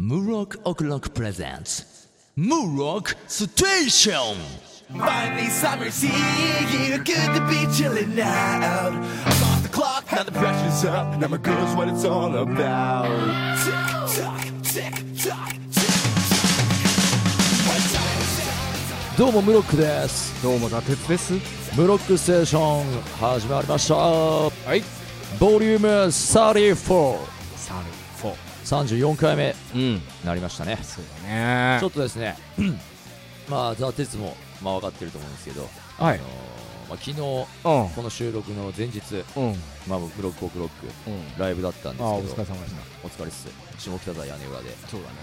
Murok O'Clock presents Murok Station! Finally, summer's here. Yeah, good to be chilling out. I'm off the clock, now the pressure's up. Now my girl's what it's all about. Tick tock, tick tock, tick tock. どうもムロックですどうも、ダテツです。ムロックステーション始まりましたはい。ボリューム3434 3、4。 34回目うん。になりましたねそうだちょね。っとですね まあザ・テツも、まあ、分かってると思うんですけど、はあいの。ーまあ、昨日こうん。の収録の前日、うん。まあ、ムロックオクロックうん。ライブだったんですけどああ、お疲れ様でしお疲れっす下北沢屋根裏で、た。そうだね。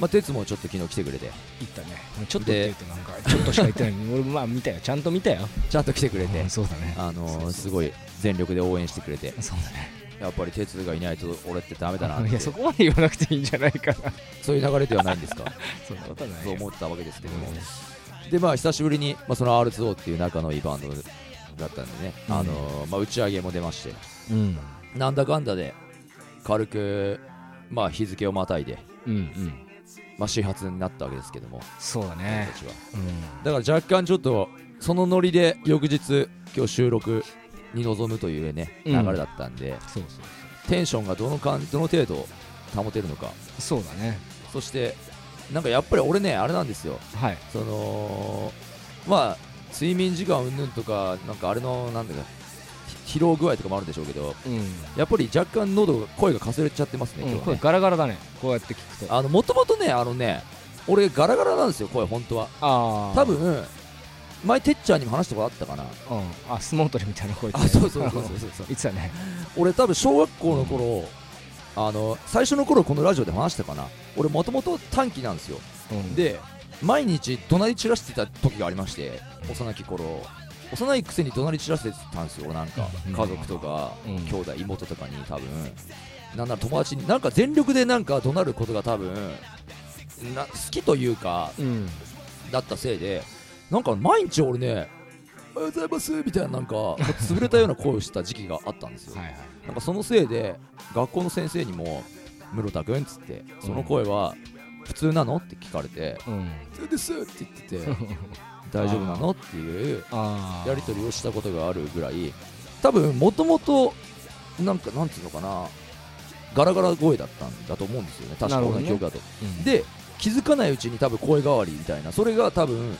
まあ、テツもちょっと昨日来てくれて行ったね。ちょっとでって言うとなんか、ちょっとしか行ってない のに。俺、まあ、見たよ。ちゃんと見たよ。ちゃんと来てくれてうんそうだね。あのーそうそうすごい全力で応援してくれてそうだね。やっぱり鉄がいないと俺ってダメだなっあて いや、そこまで言わなくていいんじゃないかな。そういう流れではないんですか そんなことないそうよ。思ったわけですけども、でまあ久しぶりに、まあ、その R2O っていう仲のいいバンドだったんでね、うんあのまあ、打ち上げも出ましてうん。なんだかんだで軽く、まあ、日付をまたいで、うん。うん。まあ、始発になったわけですけども、そうだ僕ねた。ちはうん。だから若干ちょっとそのノリで翌日今日収録に臨むというねう流んれだったんで、そうそうテンションがどのかんどの程度保てるのかそう。そうだね。そしてなんかやっぱり俺ねあれなんですよはい。そのまあ睡眠時間うんぬんとかなんかあれのなんだか疲労具合とかもあるんでしょうけどうん。やっぱり若干喉が声がかすれちゃってますね、今日声はねガラガラだね。こうやって聞くと。ああのもともとねあのね俺ガラガラなんですよ声本当はあー。多分前てっちゃんにも話したことあったかなうん。あ、相撲取りみたいな声。あそうそうそうそううそう 言ってたね。 俺多分小学校の頃あの最初の頃このラジオでも話したかな俺もともと短期なんですようん、で毎日怒鳴り散らしてた時がありまして幼き頃幼いくせに怒鳴り散らしてたんですよ俺なんかうん家族とか、うん兄弟妹とかに多分なんなら友達になんか全力でなんか怒鳴ることが多分な好きというかうん。だったせいでなんか毎日俺ね「おはようございます」みたいななんか潰れたような声をした時期があったんですよはいはい。なんかそのせいで学校の先生にも「室田君」っつって「その声は普通なの?」って聞かれて うん。 「普通です」って言ってて大丈夫なのっていうああ。やり取りをしたことがあるぐらい多分もともとなんかなんていうのかなガラガラ声だったんだと思うんですよね確なかるほど俺のね記憶だと、うんで気づかないうちに多分声変わりみたいなそれが多分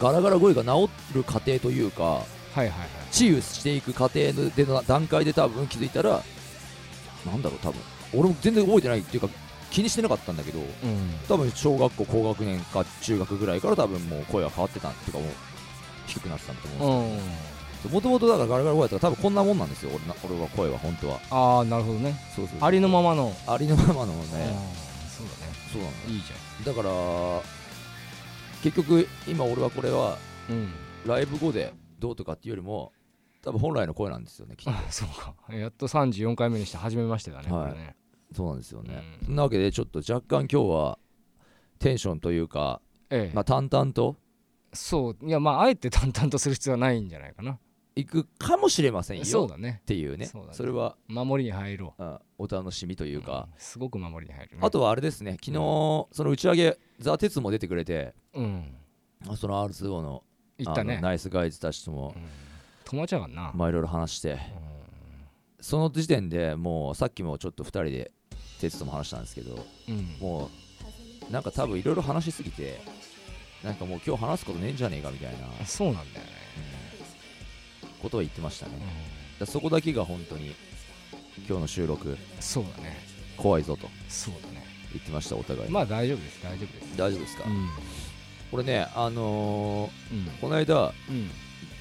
ガラガラ声が治る過程というかはいはいはい治癒していく過程での段階で多分気づいたらなんだろう多分俺も全然覚えてないっていうか気にしてなかったんだけどうん多分小学校高学年か中学ぐらいから多分もう声が変わってたっていうかもう低くなってたんだと思ううんもともとだからガラガラ声だったら多分こんなもんなんですよ俺な俺は声は本当はああなるほどねそうそうありのままのうんありのままのそうだねねそうなんいいじだゃだから結局今俺はこれはんうん ライブ後でどうとかっていうよりも多分本来の声なんですよねきっとあそうかやっと34回目にして初めましてだねはいこれねそうなんですよね。うんそんなわけで、ちょっと若干今日はテンションというか、ええまあ、淡々とそういやまああえて淡々とする必要はないんじゃないかないくかもしれませんそうよだねっていうね、そうだねれは、守りに入ろうんお楽しみといううか、んすごく守りに入るねあとはあれですね、昨日その打ち上げ、ザ・テツも出てくれて、うんあその R2O の行ったあねのナイスガイズたちとも、友達やからなまあ、いろいろ話して、その時点でもう、さっきもちょっと2人で、テツとも話したんですけど、うんもう、なんか多分いろいろ話しすぎて、なんかもう今日話すことねえんじゃねえかみたいなあそうなんだよねことを言ってましたね。うだからそこだけが本当に今日の収録んそうだね怖いぞとそうだね言ってましたお互い、まあ大丈夫です大丈夫です大丈夫ですか、うんこれねあのうんーこの間うん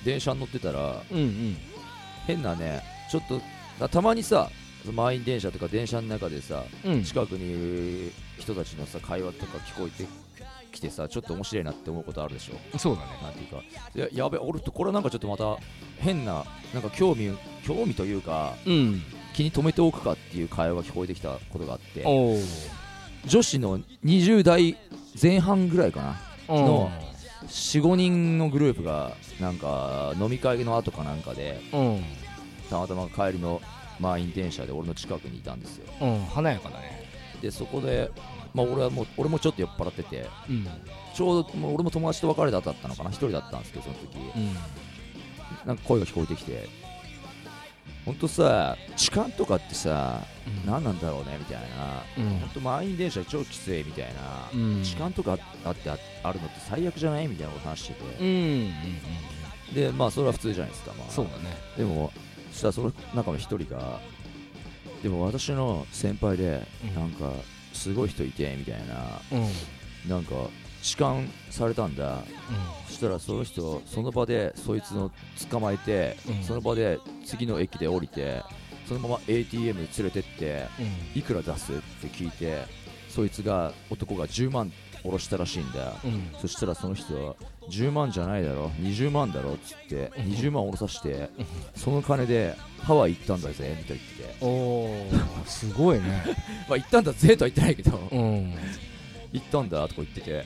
電車に乗ってたらうんうん変なねちょっとだたまにさ満員電車とか電車の中でさうん近くにいる人たちのさ会話とか聞こえてきてさちょっと面白いなって思うことあるでしょそうだねなんていうかややべ俺とこれなんかちょっとまた変ななんか興味興味というかうん気に留めておくかっていう会話が聞こえてきたことがあってお女子の20代前半ぐらいかなおの45人のグループがなんか飲み会の後かなんかでうんたまたま帰りの満員電車で俺の近くにいたんですようん華やかだねでそこで、まあ、俺はもう俺もちょっと酔っ払っててうんちょうどもう俺も友達と別れた後だったのかな一人だったんですけどその時うんなんか声が聞こえてきてほんとさ痴漢とかってさ何なんだろうねみたいなうんほんと満員電車超きついみたいな、うん痴漢とかあってああるのって最悪じゃないみたいなこと話してうんうて、んうんでまあそれは普通じゃないですか、まあ、そうだねでもそしたらその中の一人がでも私の先輩でうんなんかすごい人いてみたいなうんうんなんか痴漢されたんだそしたらその人その場でそいつの捕まえて、うんその場で次の駅で降りてそのまま ATM に連れてってうんいくら出すって聞いてそいつが男が10万下ろしたらしいんだ、うんそしたらその人は10万じゃないだろ20万だろっつって20万下ろさしてその金でハワイ行ったんだぜみたいな言ってておおーすごいねまあ行ったんだぜとは言ってない けどうん行ったんだとか言ってて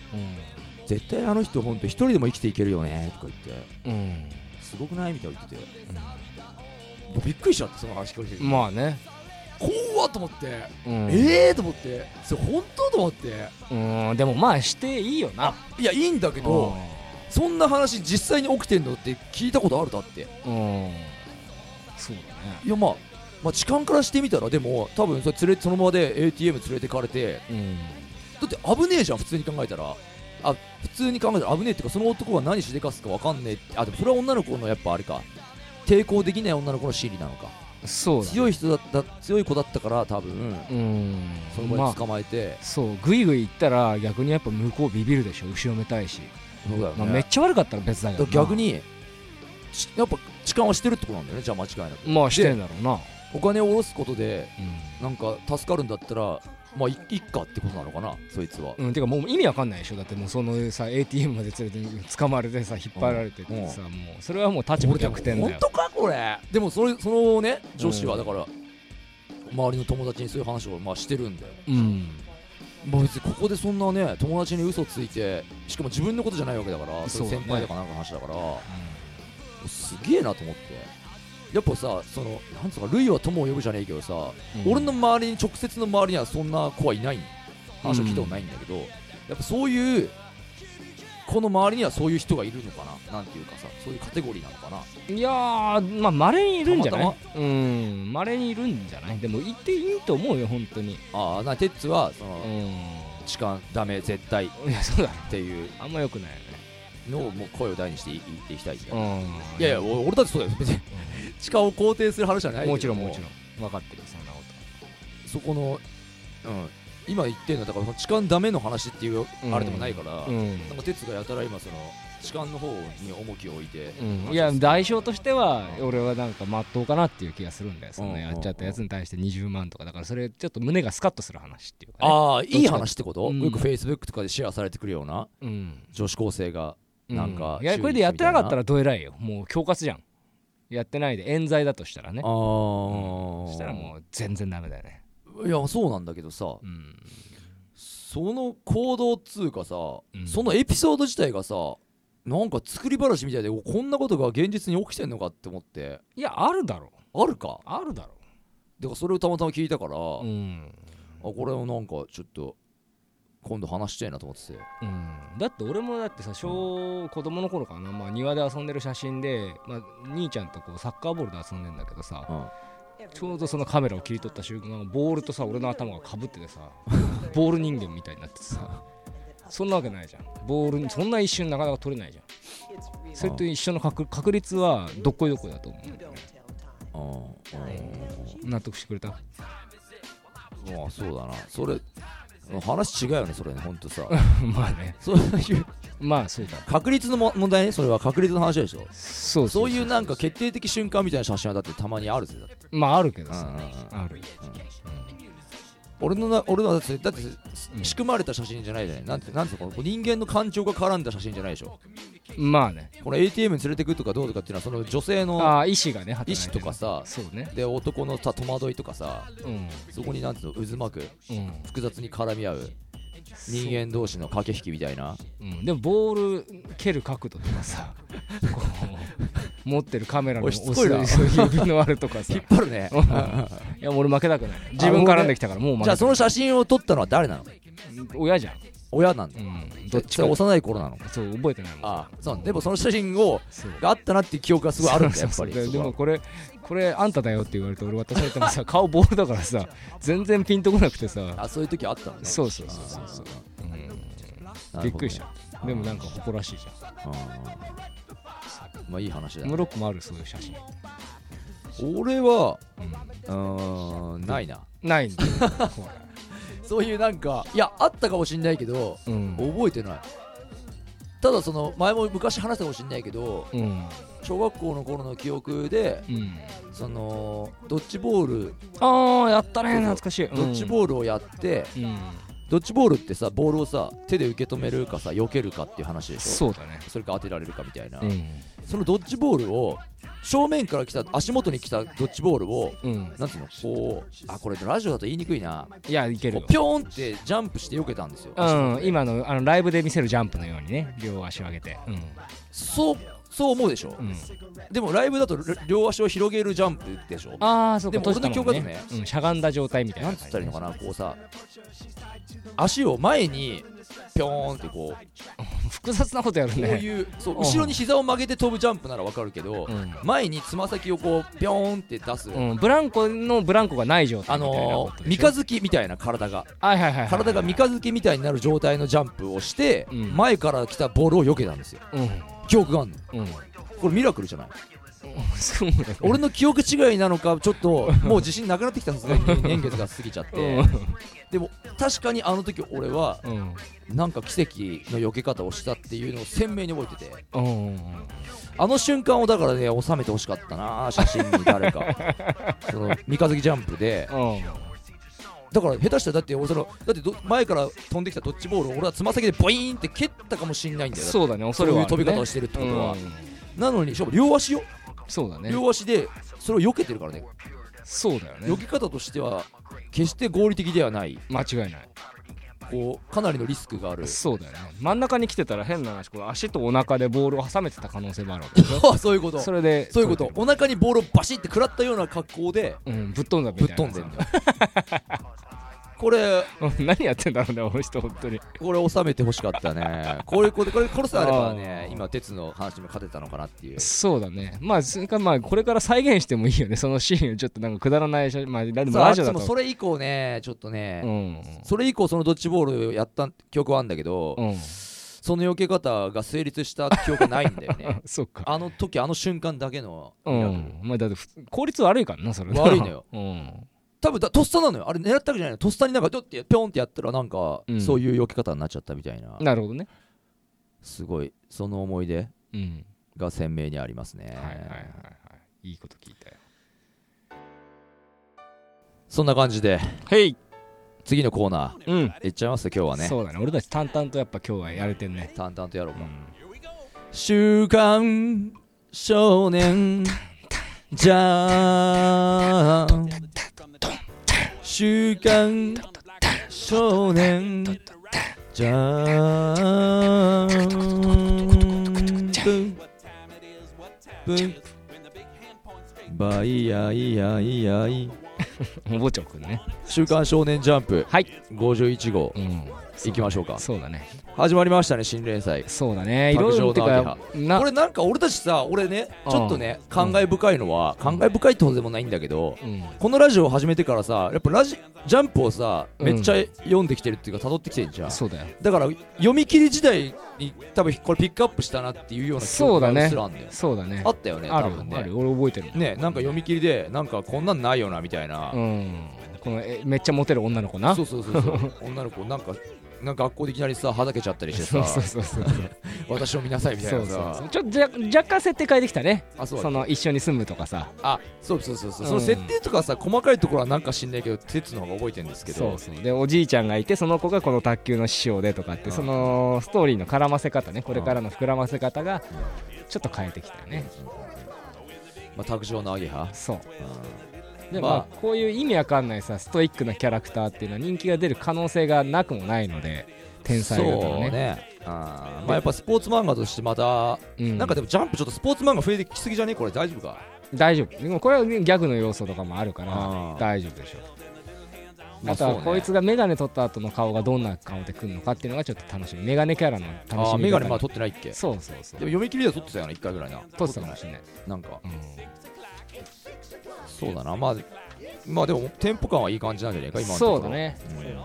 絶対あの人本当一人でも生きていけるよねとか言ってうんすごくないみたいな言っててもうびっくりしちゃってその話聞こえてうんまあね怖っと思ってうんええと思ってそれ本当と思ってうんでもまあしていいよないやいいんだけどそんな話実際に起きてんのって聞いたことあるだってうんそうだねいやまあ、まあ、痴漢からしてみたらでも多分それ連れそのままで ATM 連れてかれてうんだって危ねえじゃん普通に考えたらあ普通に考えたら危ねえっていうかその男は何しでかすか分かんねえってあでもそれは女の子のやっぱあれか抵抗できない女の子の心理なのか、そうだね強い人だった強い子だったから多分うんその場で捕まえて、そうグイグイ行ったら逆にやっぱ向こうビビるでしょ後ろめたいし、そうだよねまあ、めっちゃ悪かったら別だけどだなから逆にちやっぱ痴漢はしてるってことなんだよねじゃあ間違いなくまあしてんだろうなお金を下ろすことでうなんか助かるんだったらまあいいっかってことなのかなそいつはん、うん、てかもう意味わかんないでしょだってもうそのさ ATM まで連れて捕まれてさ引っ張られてってさ、もうそれはもう立場逆転だ本よ当かこれでもそれそのね女子はだから、周りの友達にそういう話をまあしてるんだよ、うんまあ、別にここでそんなね友達に嘘ついてしかも自分のことじゃないわけだからそそうれだね先輩とかなんかの話だからすげえなと思ってやっぱさそのなんつうか類は友を呼ぶじゃねえけどさ、うん俺の周りに直接の周りにはそんな子はいない話を聞いたことないんだけど、やっぱそういうこの周りにはそういう人がいるのかななんていうかさそういうカテゴリーなのかないやーまあまれにいるんじゃないたまうんまれにいるんじゃないでも行っていいと思うよ本当にああなテッツはその、う痴漢ダメ絶対っんいやそうだろていうあんまよくないよのをもう声を大にして言っていきたいですよ、ねうんいやいやお俺だってそうだよ別に痴漢を肯定する話じゃないけどもちろんもちろん分かってるそんなこそこの、うん、今言ってるのはだからその痴漢ダメの話っていううんあれでもないから、とうんなんか哲がやたら今その痴漢の方に重きを置いて、うん、いや代償としては俺はなんかまっとうかなっていう気がするんだよそのうんやっちゃったやつに対して20万とかだからそれちょっと胸がスカッとする話っていうか、ね、ああいい話ってこと、うんよくフェイスブックとかでシェアされてくるようなうん女子高生がなんかういや注意これでやってなかったみらどえらいよもう恐喝じゃんやってないで冤罪だとしたらねああ、そしたらもう全然ダメだよねいやそうなんだけどさ、うんその行動っつうかさ、うんそのエピソード自体がさなんか作り話みたいでおこんなことが現実に起きてんのかって思っていやあるだろうあるかあるだろでそれをたまたま聞いたから、ううあん、これをなんかちょっと今度話したいなと思っててうん、だって俺もだってさ小子供の頃かな、まあ、庭で遊んでる写真で、まあ、兄ちゃんとこうサッカーボールで遊んでんだけどさ、うんちょうどそのカメラを切り取った瞬間ボールとさ俺の頭がかぶっててさボール人間みたいになっててさそんなわけないじゃんボールにそんな一瞬なかなか取れないじゃんそれと一緒の確確率はどっこいどっこいだと思うんだよねあー納得してくれた うんまあそうだなそれ話違うよねそれねほんと さまあねそういうまあそうだ確率のも問題ねそれは確率の話でしょそうそういうなんか決定的瞬間みたいな写真はだってたまにあるぜだってまああるけどうさんうんうんある俺のな俺のはだってだって仕組まれた写真じゃないじゃないなんてなんていうのこの人間の感情が絡んだ写真じゃないでしょまあねこの ATM に連れてくとかどうとかっていうのはその女性のああ意思がね働い意て思るとかさそうねで男のさ戸惑いとかさうんそこになんていうの渦巻くうん複雑に絡み合う人間同士の駆け引きみたいな うん、でもボール蹴る角度とかさこ持ってるカメラのおい押しすつこいな指のあれとか さ引っ張るねうんいや俺負けたくない自分絡んできたからもう負けじゃたあその写真を撮ったのは誰なの親じゃん、親なんだうん、どっちそかれ幼い頃なのそう覚えてないもんああそうでもその写真をそうがあったなっていう記憶がすごいあるんだよやっそぱうりそうそうそでこもはこれこれあんただよって言われて俺渡されてもさ顔ボールだからさ全然ピンとこなくてさあそういう時あったのねそうそうそうそうそう、うん、びっくりしたでもなんか誇らしいじゃたまあいい話だんムロックもあるそういう写真俺はうーんないなないんだよこそういうなんかいやあったかもしんないけどれうん、覚えてないただその前も昔話したかもしんないけどうん小学校の頃の記憶でうん、そのドッジボールああやったね懐かしいドッジーボールをやってル、うん、ドッジボールってさボールをさ手で受け止めるかさ避けるかっていう話でしょそうだねそれか当てられるかみたいなうそのドッジボールを正面から来た足元に来たドッジボールをん、うん、なんていうのこうあこれラジオだと言いにくいないやいけこるようピョーンってジャンプして避けたんですよ、うん、今のあのライブで見せるジャンプのようにね両足を上げてそうそう思うでしょ、うん、うん、でもライブだとる両足を広げるジャンプでしょああそうかでも俺の閉じたもん記憶だとうん、しゃがんだ状態みたいななんつ感じったらいいのかなこうさ足を前にピョーンってこう複雑なことやるこうねいうそううん後ろに膝を曲げて飛ぶジャンプならわかるけど、う前につま先をこうピョーンって出す、ん、うん、ブランコのブランコがない状態あみたいなのことーで三しょ日月みたいな体がはいはいはいはい体が三日月みたいになる状態のジャンプをして、うん前から来たボールを避けたんですようん記憶があんのうんこれミラクルじゃないそうだね俺の記憶違いなのかちょっ ともう自信なくなってきたんですね年月が過ぎちゃって、でも確かにあの時俺はうんうんなんか奇跡の避け方をしたっていうのを鮮明に覚えててうんうんあの瞬間をだからね収めてほしかったな写真に誰 かその三日月ジャンプでだから下手したらだって俺そのだってど前から飛んできたドッジボールを俺はつま先でボイーンって蹴ったかもしんないんだよそうだねそ恐うれいはうある飛ねび方をしてるってことは、うんなのにしかも両足よ、そうだね両足でそれを避けてるからねそうだよ避ねけ方としては決して合理的ではない間違いないこうかなりのリスクがあ るそうだよね真ん中に来てたら変な話こう足とお腹でボールを挟めてた可能性もあるわけでしょあそういうことそそれでういうことお腹にボールをバシッて食らったような格好でうんぶっ飛んだみぶたいっな飛んでんだよこれうん何やってんだろうねこの人本当にこれ収めてほしかったねこれこれこれこれさえあればねあー今鉄の話にも勝てたのかなっていうそうだねまあそれかまあこれから再現してもいいよねそのシーンをちょっとなんかくだらないしまあでもさあラあジオでだもとそれ以降ねちょっとね、うんそれ以降そのドッジボールをやった記憶はあるんだけど、うんその避け方が成立した記憶ないんだよ ねそっかあの時あの瞬間だけのうミラクルんまあだってふ効率悪いからなそれ悪いのようん多分だとっさなのよあれ狙ったわけじゃないのとっさになんかドッてピョンってやったらなんか、うんそういう避け方になっちゃったみたいななるほどねすごいその思い出うんが鮮明にありますね、はいはいはいはいいいこと聞いたよそんな感じではい次のコーナうんーいっちゃいます今日はねそうだね俺たち淡々とやっぱ今日はやれてんね淡々とやろううか、ん週刊少年じゃん週刊少年じゃんバイヤイヤイヤイお坊ちゃんくんね週刊少年ジャンプはい51号うん行きましょうかそうだね始まりましたね新連載そうだねい卓ろい上ろのてかなこれなんか俺たちさ俺ねうんちょっとね感慨深いのは感慨深いってことでもないんだけどうんこのラジオを始めてからさやっぱラジジャンプをさうんめっちゃ読んできてるっていうか辿ってきてんじゃんそうだよだから読み切り時代に多分これピックアップしたなっていうような記そう憶がだねうっすらあんだよそうだねあったよねあ多る分あねる俺覚えてるもんねなんか読み切りでなんかこんなんないよなみたいなうんこのえめっちゃモテる女の子なそうそうそうそう女の子なんかなんか学校でいきなりさはだけちゃったりしてそうさ そうそうそう私を見なさいみたいそなうそうそさうちょっとじゃ若干設定変えてきたねあそうだその一緒に住むとかさあそうそうそうそう、うんその設定とかさ細かいところはなんか知んないけど鉄の方が覚えてるんですけどそうそうでおじいちゃんがいてその子がこの卓球の師匠でとかってそのストーリーの絡ませ方ねこれからの膨らませ方がちょっと変えてきたよねまあ、卓上のアゲハそうでまあまあこういう意味わかんないさストイックなキャラクターっていうのは人気が出る可能性がなくもないので天才だとそうねねあーまあやっぱスポーツ漫画としてまた、うんなんかでもジャンプちょっとスポーツ漫画増えてきすぎじゃねこれ大丈夫か大丈夫でもこれはねギャグの要素とかもあるからあー大丈夫でしょうまあとそうはねこいつがメガネ取った後の顔がどんな顔でくるのかっていうのがちょっと楽しみメガネキャラの楽しみああ方ーメガネまだ取ってないっけでそうそうそうも読み切りでは取ってたよね一回ぐらいな取ってたかもしれない、なんかうんそうだなまあまあでもテンポ感はいい感じなんじゃないか今のとこそろうだねうん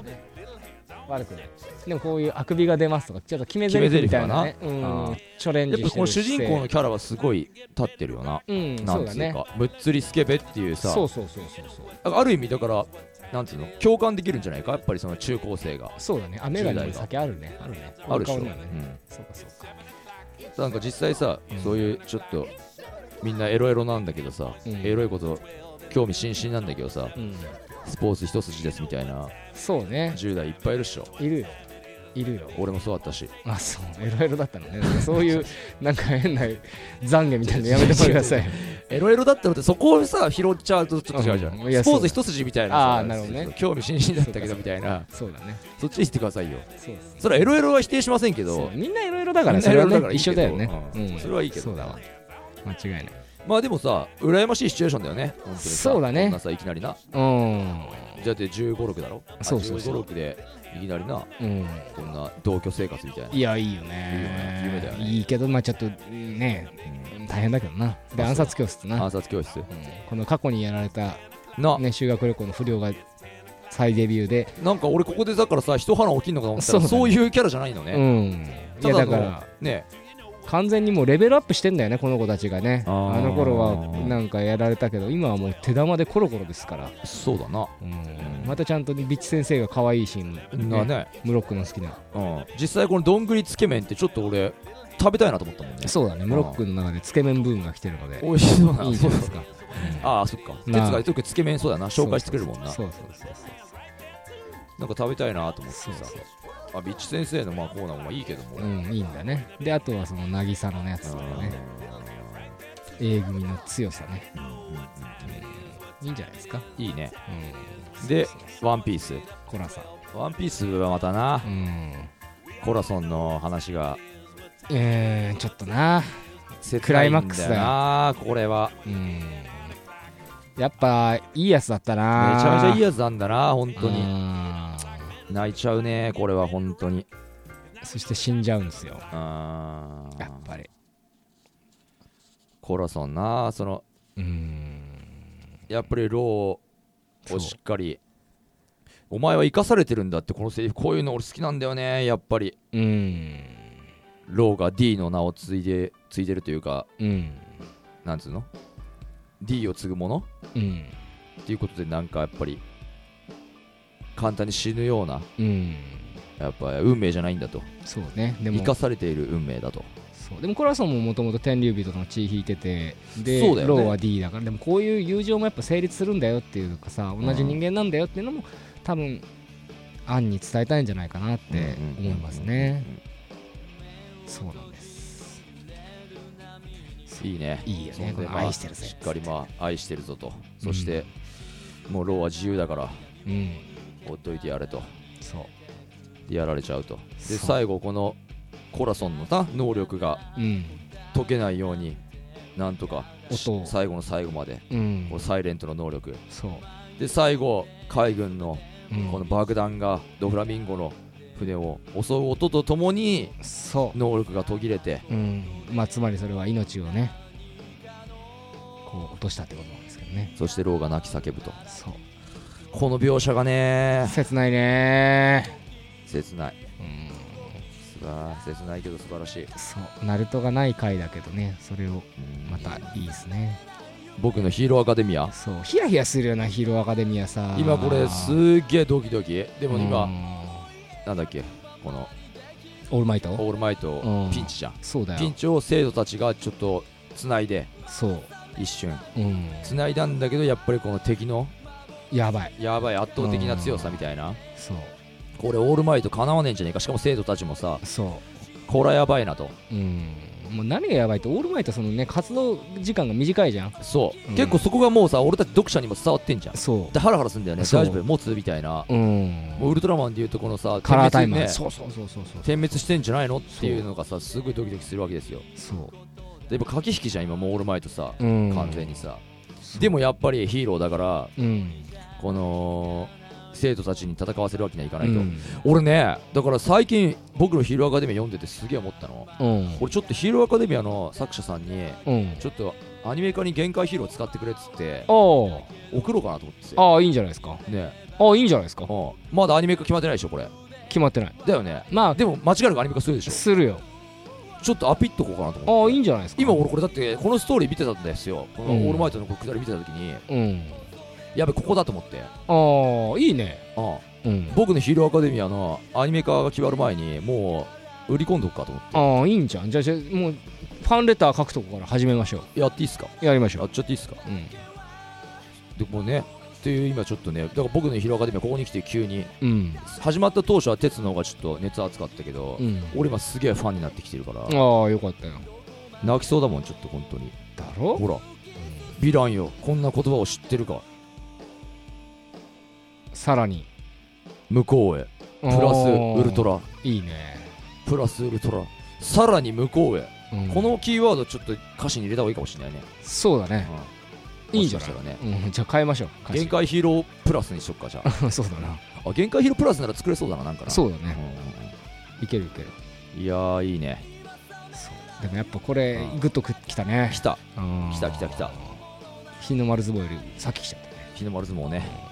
悪くないでもこういうあくびが出ますとかちょっと決め台詞みたいなね決め台詞かなあうんチャレンジやっぱしてるこの主人公のキャラはすごい立ってるよなうんなそんうつだうねかぶっつりスケベっていうさそうそうそうそうそうある意味だからなんつうの共感できるんじゃないかやっぱりその中高生がそうだねあメガ10ネ代にが酒あるねあるねあるでしょ、こうの顔にはねん、そうかそうかなんか実際さ、うんそういうちょっとみんなエロエロなんだけどさ、うんエロいこと興味津々なんだけどさうんスポーツ一筋ですみたいなそうね10代いっぱいいるっしょいるよいるよ俺もそうだったしあそうエロエロだったのねなんかそういう なんか変な懺悔みたいなのやめてもらってくださいエロエロだったのってそこをさ拾っちゃうとちょっと違うじゃん、うんいやスポーツ一筋みたいなさあーなるほどね興味津々だったけどみたいなそうだねそっちにしてくださいよそうですそれはエロエロは否定しませんけそどうみんなエロエロだからみんなそエれロはエロだかねらいい一け緒どだよねうんそれはいいけどそうだわ間違いないまあでもさ羨ましいシチュエーションだよね本当にさそうだねこんなさいきなりなうだって1 5六6だろそうそうそう1 5 6でいきなりなんうんこんな同居生活みたいないやいいよねね夢だよねいいけどまあちょっとね大変だけどなで暗殺教室な暗殺教室うんこの過去にやられたな、ね修学旅行の不良が再デビューでなんか俺ここでだからさ一花起きんのかと思ったらそうだねそういうキャラじゃないのうね、んいたやだだのからね完全にもうレベルアップしてんだよねこの子たちがねあーあの頃はなんかやられたけど今はもう手玉でコロコロですから、そうだなうんまたちゃんとビッチ先生が可愛いシーン、なね、ムロックの好きなうん、実際このどんぐりつけ麺ってちょっと俺食べたいなと思ったもんねそうだねムロックの中でつけ麺ブームが来てるので美味しそうないいじゃないですかああそっか哲なが特につけ麺そうだな紹介してくれるもんなそうそうそうそうなんか食べたいなと思ってさそうそうあビッチ先生のまあコーナーもまあいいけども、うんいいんだねであとはその渚のやつとかね A 組の強さねいいんじゃないですかいいねうんでそうそうそワンピースうコラさワンピースはまたなうんコラソンの話がえーちょっとなクライマッククスライマックスだだなこれはうんやっぱいいやつだっためなちゃめちゃいいややつなんだな本当にに泣いちゃうねこれは本当にそして死んじゃうんですよあーやっぱりコラソンなそのうんやっぱりローをしっかりお前は生かされてるんだってこのセリフこういうの俺好きなんだよねやっぱりうんローが D の名を継いで継いでるというかうんなんつうの D を継ぐものうんっていうことでなんかやっぱり簡単に死ぬようなうんやっぱ運命じゃないんだとそうねで生もかされている運命だとそうでもコラソンももともと天竜人の血引いててで、そうだよねローは D だからでもこういう友情もやっぱ成立するんだよっていうかさ同じ人間なんだよっていうのも多分アンに伝えたいんじゃないかなって思いますねそうなんですいいねいいよそんねでこのまあ愛してるぜしっかりまあ愛してるぞとそして、もうローは自由だからうんほっといてやれとそうやられちゃうとでそう最後このコラソンのな能力がうん解けないようになんとか音を最後の最後までうんこのサイレントの能力そう、で最後海軍のうんこの爆弾がドフラミンゴの船を襲う音とともにそ能力が途切れてう、うんまあ、つまりそれは命をねこう落としたってことなんですけどねそしてローが泣き叫ぶとそうこの描写がね切ないね切ないうんすば切ないけど素晴らしいそうナルトがない回だけどねそれをうんまたいいですね僕のヒーローアカデミアそうヒヤヒヤするようなヒーローアカデミアさ今これすっげえドキドキでも今、今なんだっけこのオールマイトオールマイトうんピンチじゃん、そうだピンよチを生徒たちがちょっとつないでそう、一瞬うん、つないだんだけどやっぱりこの敵のやばいやばい圧倒的な強さみたいなそうこれオールマイトかなわねえんじゃねえかしかも生徒たちもさそこらやばいなとううんもう何がやばいってオールマイトはそのね活動時間が短いじゃんそう、うん結構そこがもうさ俺たち読者にも伝わってんじゃんそでハラハラするんだよねそう大丈夫持つみたいなううんもうウルトラマンでいうとこのさカラータイマー、点滅ねそうそうそうそうそう点滅してんじゃないのっていうのがさすごいドキドキするわけですよそでも駆け引きじゃん今もうオールマイトさう、うん、完全にさでもやっぱりヒーローだからうんこの生徒たちに戦わせるわけにはいかうないと、ん俺ねだから最近僕のヒーローアカデミア読んでてすげえ思ったのうん俺ちょっとヒーローアカデミアの作者さんにうんちょっとアニメ化に限界ヒーロー使ってくれっつってあ送ろうかなと思っててあああいいんじゃないですかねああいいんじゃないですかうん、まだアニメ化決まってないでしょこれ決まってないだよねまあでも間違いなくアニメ化するでしょするよちょっとアピっとこうかなと思ってああいいんじゃないですか今俺これだってこのストーリー見てたんですよこのうんオールマイトのこう下り見てた時に、うんやべここだと思って、ああいいねうんうん僕のヒーローアカデミアのアニメ化が決まる前にもう売り込んどくかと思っああいいんじゃんじゃあじゃあもうファンレター書くとこから始めましょてやっていいっすかうやりましょやうっちゃっていいっすかうんでもうねっていう今ちょっとねだから僕のヒーローアカデミアここに来て急にうん始まった当初は鉄の方がちょっと熱熱かったけど、うん俺今すげえファンになってきてるからああよかったよ泣きそうだもんちょっと本当にだろほらヴィランよこんな言葉を知ってるかさらに向こうへププラスウルトララいいねプラスウルトラさらに向こうへうんこのキーワードちょっと歌詞に入れた方がいいかもしれないね、そうだねうんいいんじゃなもしかしたらねいうんじゃあ変えましょう歌詞限界ヒーロープラスにしとくかじ ゃそうだなああ限界ヒーロープラスなら作れそうだななんかなそうだうんねうんいけるいけるうんいやーいいねでもやっぱこれうんグッとくきたね来た来来た来た来た日の丸相撲よりさっき来ちゃったね日の丸相撲ね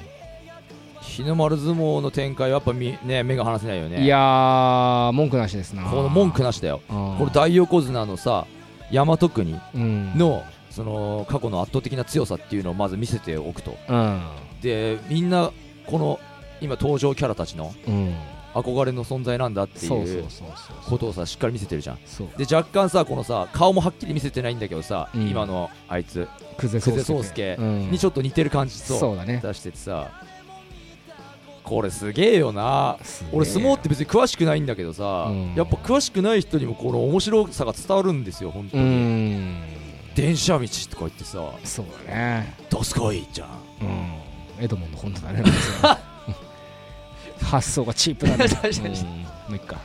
日の丸相撲の展開はやっぱみ、ね、目が離せないよねいやー文句なしですなこの文句なしだよこれこ大横綱のさ大和国れうんのその過去の圧倒的な強さっていうのをまず見せておくとうんでみんなこの今登場キャラたちのうん憧れの存在なんだってそうそいううそうそうことをさしっかり見せてるじゃんそうで若干さこのさ顔もはっきり見せてないんだけどさ、うん今のあいつクゼ久世宗介にちょっと似てる感じそそうだね出しててさこれすげえよなすげえ俺相撲って別に詳しくないんだけどさ、うんやっぱ詳しくない人にもこの面白さが伝わるんですよ本当うに、ん電車道とか言ってさそうだね「どすこい」じゃんうんエドモンド本当 だねなんかそれ発想がチープなん だ確かにうんもういっか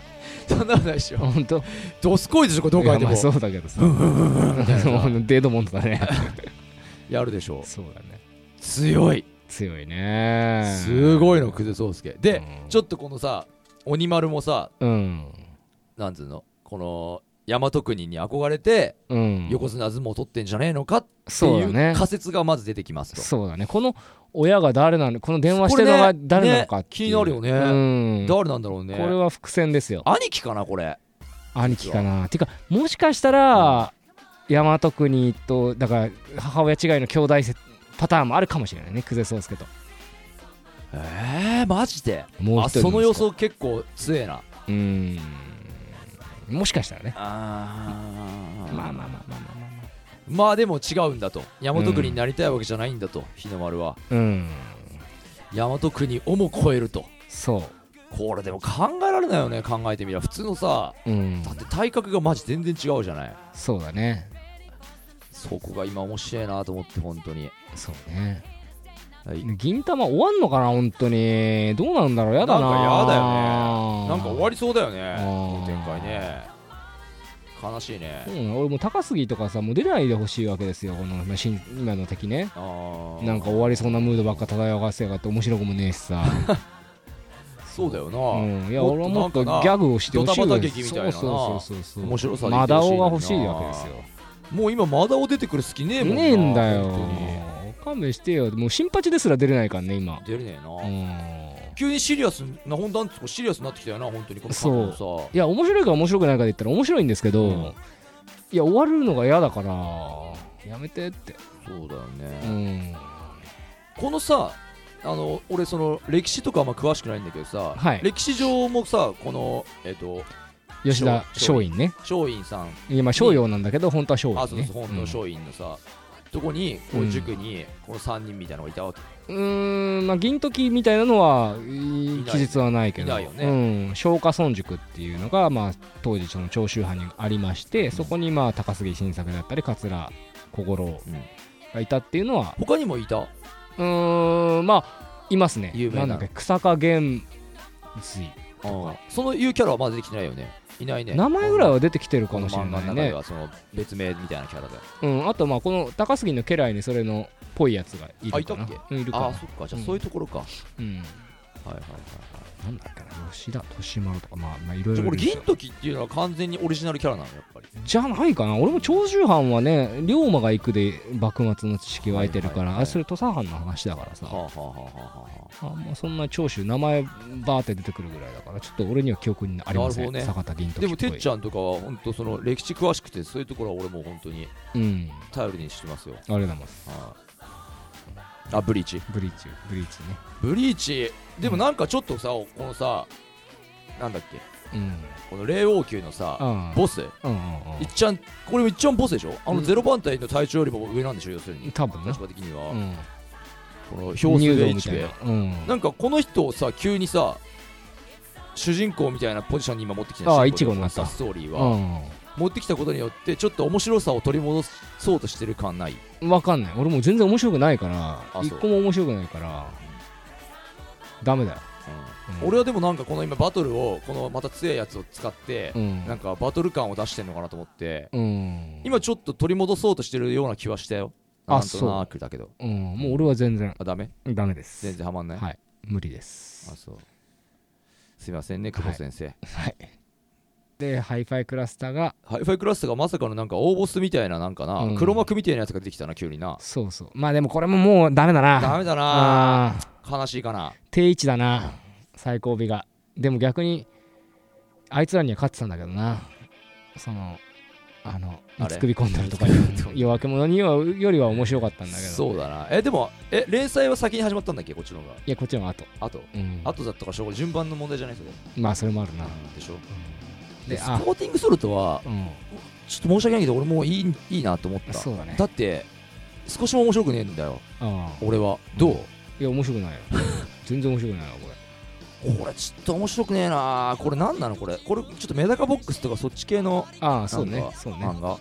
そんなことないでしょ本当「どすこい」でしょこれどう考えていやまもあそうだけどさみたいなさもうデードモンド だねやるでしょそうだね強い強いねすごいの久世宗介で、うんちょっとこのさ鬼丸もさうんなんつうのこの大和国に憧れてうん横綱相撲を取ってんじゃねえのかってそういだうね仮説がまず出てきますと、そうだねこの親が誰なのこの電話してるのが誰なのかっていうこれねね気になるようん誰なんだろうねこれは伏線ですよ兄貴かなこれ兄貴かなていうかもしかしたら大和国とだから母親違いの兄弟せパターンもあるかもしれないね久世宗介とえー、マジでもう一あ人その息予子想結構強えなうんもしかしたらねあまあまあまあまあまあまあままあでも違うんだと大和国になりたいわけじゃないんだと、日の丸はあうん大和国をも超えるとそこれでも考えられないよね考えてみりゃ普通のさううんだって体格がマジ全然違うじゃないそうだねそこが今面白いなと思って本当にそうねはい銀玉終わんのかな本当にどうなんだろうやだななんかやだよなんか終わりりそうだよあねーこの展開ね悲しいねうん、俺もう高杉とかさもう出ないでほしいわけですよこの今新今の敵ねあーなんか終わりそうなムードばっか漂わせやがって面白くもねえしさ、そうだよな、うん、いやもっと俺はもっとギなんかなャグをしてほしいわドタバタ劇みたいななそうそうそうそう面白さでいてほしいのマダにオなが欲しいわけですよもう今マダオ出てくる隙ねえもんなねえんだよ本勘弁してよもう新八ですら出れないからね今当に出れねえな、うん急にシリアスな本当なんつうかシリアスになってきたよな本当にこのそう過去のさいや面白いか面白くないかで言ったら面白いんですけど、うんいや終わるのが嫌だからやめてってそうだよね、うんこのさあの俺その歴史とかあんま詳しくないんだけどさ、はい歴史上もさこのえっ、と吉田松松陰ね松陰さん、今松陽なんだけど本当は松あそう陰ねそう本当の松陰のさ、とこにこううん塾にこの3人みたいなのがいたわけ、うーんまあ銀時みたいなのはいいない記述はないけどいないよねうん、松下村塾っていうのが、まあ、当時その長州藩にありましてそこにまあ高杉晋作だったり桂小五郎うんがいたっていうのは他にもいたうーんまあいますね有名ななんだっけ草加源水そのいうキャラはまだ出てきてないよねいないね名前ぐらいはは出てきてるかこものしれ漫画の中ないでねはその別名みたいなキャラでうん、あとまあこの高杉の家来にそれのっぽいやつがいあるいたかっなけうんいるかあなあそっかじゃあうんそういうところか、うん、はいはいはいはいなんだっけな吉田利丸とかまあまあいろいじゃろあこれいる銀時っていうのは完全にオリジナルキャラなのやっぱりじゃないかな俺も長州藩はね龍馬が行くで幕末の知識湧いてるから、はいはいはいあそれ土佐藩の話だからさ、はあはあはあはあはあんまそんな長州名前バーって出てくるぐらいだからちょっと俺には記憶にありませなるん、ほどね坂田銀あ時でもてっちゃゃんとかは本当その歴史詳しくてそういうところは俺もう本当にんうん頼りにしてますよあれだもんはいあブリーチブリーチブリーチねブリーチでもなんかちょっとさこのさなんだっけうんこの霊王級のさあボスうんうんいっちゃんこれもいっちゃんボスでしょあうのんんゼロ番隊の隊長よりも上なんでしょ要するうんに多分な立場的にうはんこの表数でみ1たい名なうんなんかこの人をさ急にさ主人公みたいなポジションに今持ってきてるああ主人公イチゴになったストーリーうはん持ってきたことによってちょっと面白さを取り戻そうとしてる感ないわかんない俺もう全然面白くないからそう一個も面白くないからダメだよ、うん俺はでもなんかこの今バトルをこのまた強いやつを使ってうんなんかバトル感を出してんのかなと思ってうん今ちょっと取り戻そうとしてるような気はしたよなあんとなくだけどうんもう俺は全然あダメダメです全然ハマんないはい無理であすそうすいませんね久保先生、はいでハイファイクラスターがハイファイクラスターがまさかのなんか大ボスみたいななんかな、うん黒幕みたいなやつが出てきたな急になそうそうまあでもこれももうダメだなダメだなあー悲しいかな定位置だな最後尾がでも逆にあいつらには勝ってたんだけどなそのあのあれ首込んでるとかいう夜明け者にはよりは面白かったんだけどそうだなえでもえ連載は先に始まったんだっけこっちの方がいやこっちの後あとうんあとだったかしょうが順番の問題じゃないですよまあそれもあるなでしょででスあポーティングソルトはうんちょっと申し訳ないけど俺もういいいいなと思ったそうだねだって少しも面白くねえんだよああ俺はどう、いや面白くないよ 全然面白くないよこれこれちょっと面白くねえなこれ何なのこれこれちょっとメダカボックスとかそっち系のああそうなんねかそうね漫画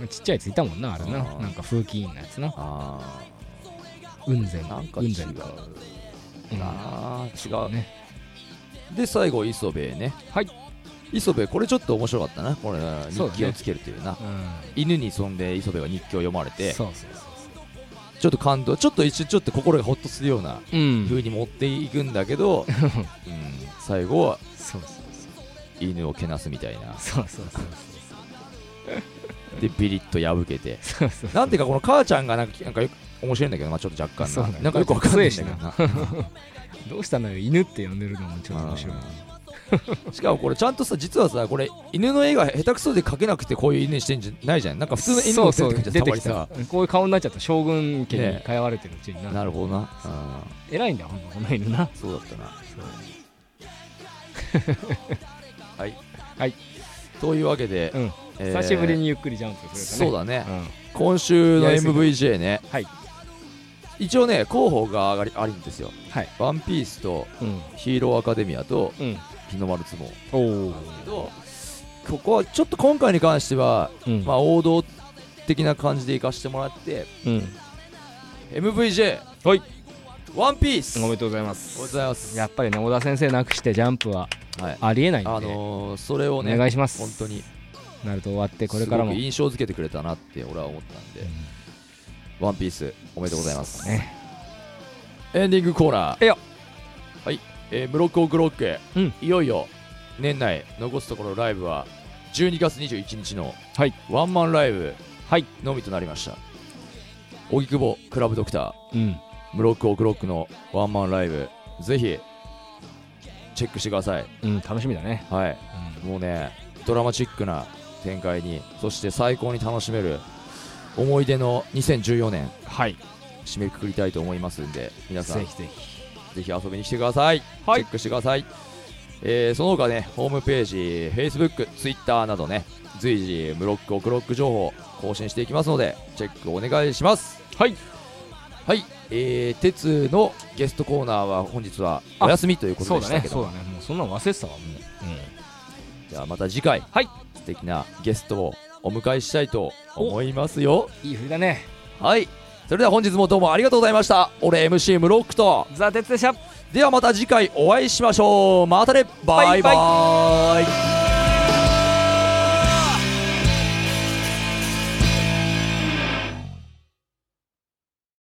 うんちっちゃいやついたもんなあれなああなんか風紀委員のやつなあ雲仙ーなんか違雲う仙とかうんなそ違ううねで最後磯部ねはい磯部これちょっと面白かったなこれそう日記だねをつけるというなうん犬にそんで磯部が日記を読まれてそうそうそうちょっと感動ちょっと一瞬ちょっと心がホッとするようなそううん風に持っていくんだけ ど、うん最後はそうそう犬をけなすみたいなそうそうそうそうでビリッと破けてそうそうなんていうかこの母ちゃんがなんかなんかよく面白いんだけど、まあ、ちょっと若干そうな,、だねなんかよくわかんないんだけどなどうしたのよ犬って呼んでるのもちょっと面白いなしかもこれちゃんとさ実はさこれ犬の絵が下手くそで描けなくてこういう犬にしてんじゃないじゃんなんか普通の犬そのうそう出てきて出たてまにきさたこういう顔になっちゃった将軍家にね通われてるうちにななるほどな、偉いんだよほんとこの犬なうん、そうだったなはいはいというわけで、うんえー久しぶりにゆっくりジャンプすそるうかねだね、そうだね今週のやりすぎた MVJ ね、はい一応ね候補が上がりあるんですよ「はいワンピースとうん「ヒーローアカデミア」とうん「日の丸相撲おお」とここはちょっと今回に関しては、うんまあ、王道的な感じでいかしてもらってうん、 MVJ「はいワンピース」おめでおとうございまめでとうごすざいますやっぱりね小田先生なくしてジャンプははいありえないんで、あのーそれをおね願いします本当になると終わってこれすからごもく印象づけてくれたなって俺は思ったんで「ワンピースおめでとうございます、ねエンディングコーナーえよはい、えー、ムロックオクロック、うんいよいよ年内残すところライブは12月21日のはいワンマンライブはいのみとなりました荻窪クラブドクタうんームロックオクロックのワンマンライブぜひチェックしてくださいうん楽しみだね、はいうんもうねドラマチックな展開にそして最高に楽しめる思い出の2014年はい締めくくりたいと思いますんで皆さんぜひぜひぜひ遊びに来てください、はいチェックしてください、えーその他ねホームページ Facebook、Twitter などね随時ムロックオクロック情報更新していきますのでチェックお願いしますはいはいえー、鉄のゲストコーナーは本日はお休みということそうでだしたねけそうど、だねもうそんなの忘れてたわもう、うんじゃあまた次回、はい素敵なゲストをお迎えしたいと思いますよいい振りだね。はいそれでは本日もどうもありがとうございました俺 MC ムロックとザ・鉄でした。ではまた次回お会いしましょうまたねバイバイ